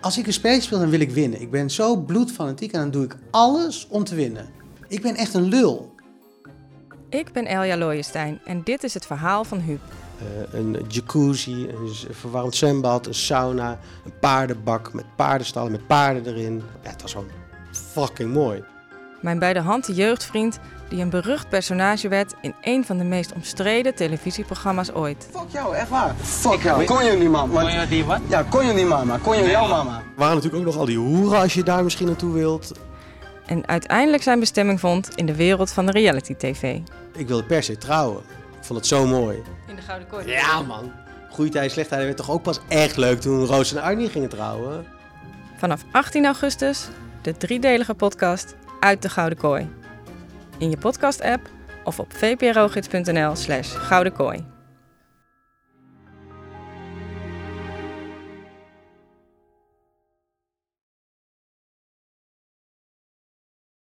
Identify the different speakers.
Speaker 1: Als ik een spelletje speel, dan wil ik winnen. Ik ben zo bloedfanatiek en dan doe ik alles om te winnen. Ik ben echt een lul.
Speaker 2: Ik ben Elja Looijenstein en dit is het verhaal van Huub.
Speaker 3: Eh, een jacuzzi, een z- verwarmd zwembad, een sauna, een paardenbak met paardenstallen met paarden erin. Ja, het was gewoon fucking mooi.
Speaker 2: Mijn bij de hand jeugdvriend die een berucht personage werd in een van de meest omstreden televisieprogramma's ooit.
Speaker 4: Fuck jou, echt waar. Fuck jou. Kon je niet, man. Want-
Speaker 5: Kon je die wat?
Speaker 4: Ja, kon je niet, mama. Kon je jouw mama.
Speaker 3: Er waren natuurlijk ook nog al die hoeren als je daar misschien naartoe wilt.
Speaker 2: En uiteindelijk zijn bestemming vond in de wereld van de reality tv.
Speaker 3: Ik wilde per se trouwen. Ik vond het zo mooi.
Speaker 2: In de Gouden Kooi.
Speaker 3: Ja man, goede tijden, slechte tijden werd toch ook pas echt leuk toen Roos en Arnie gingen trouwen.
Speaker 2: Vanaf 18 augustus de driedelige podcast Uit de Gouden Kooi. In je podcast-app of op vprogids.nl slash Gouden Kooi.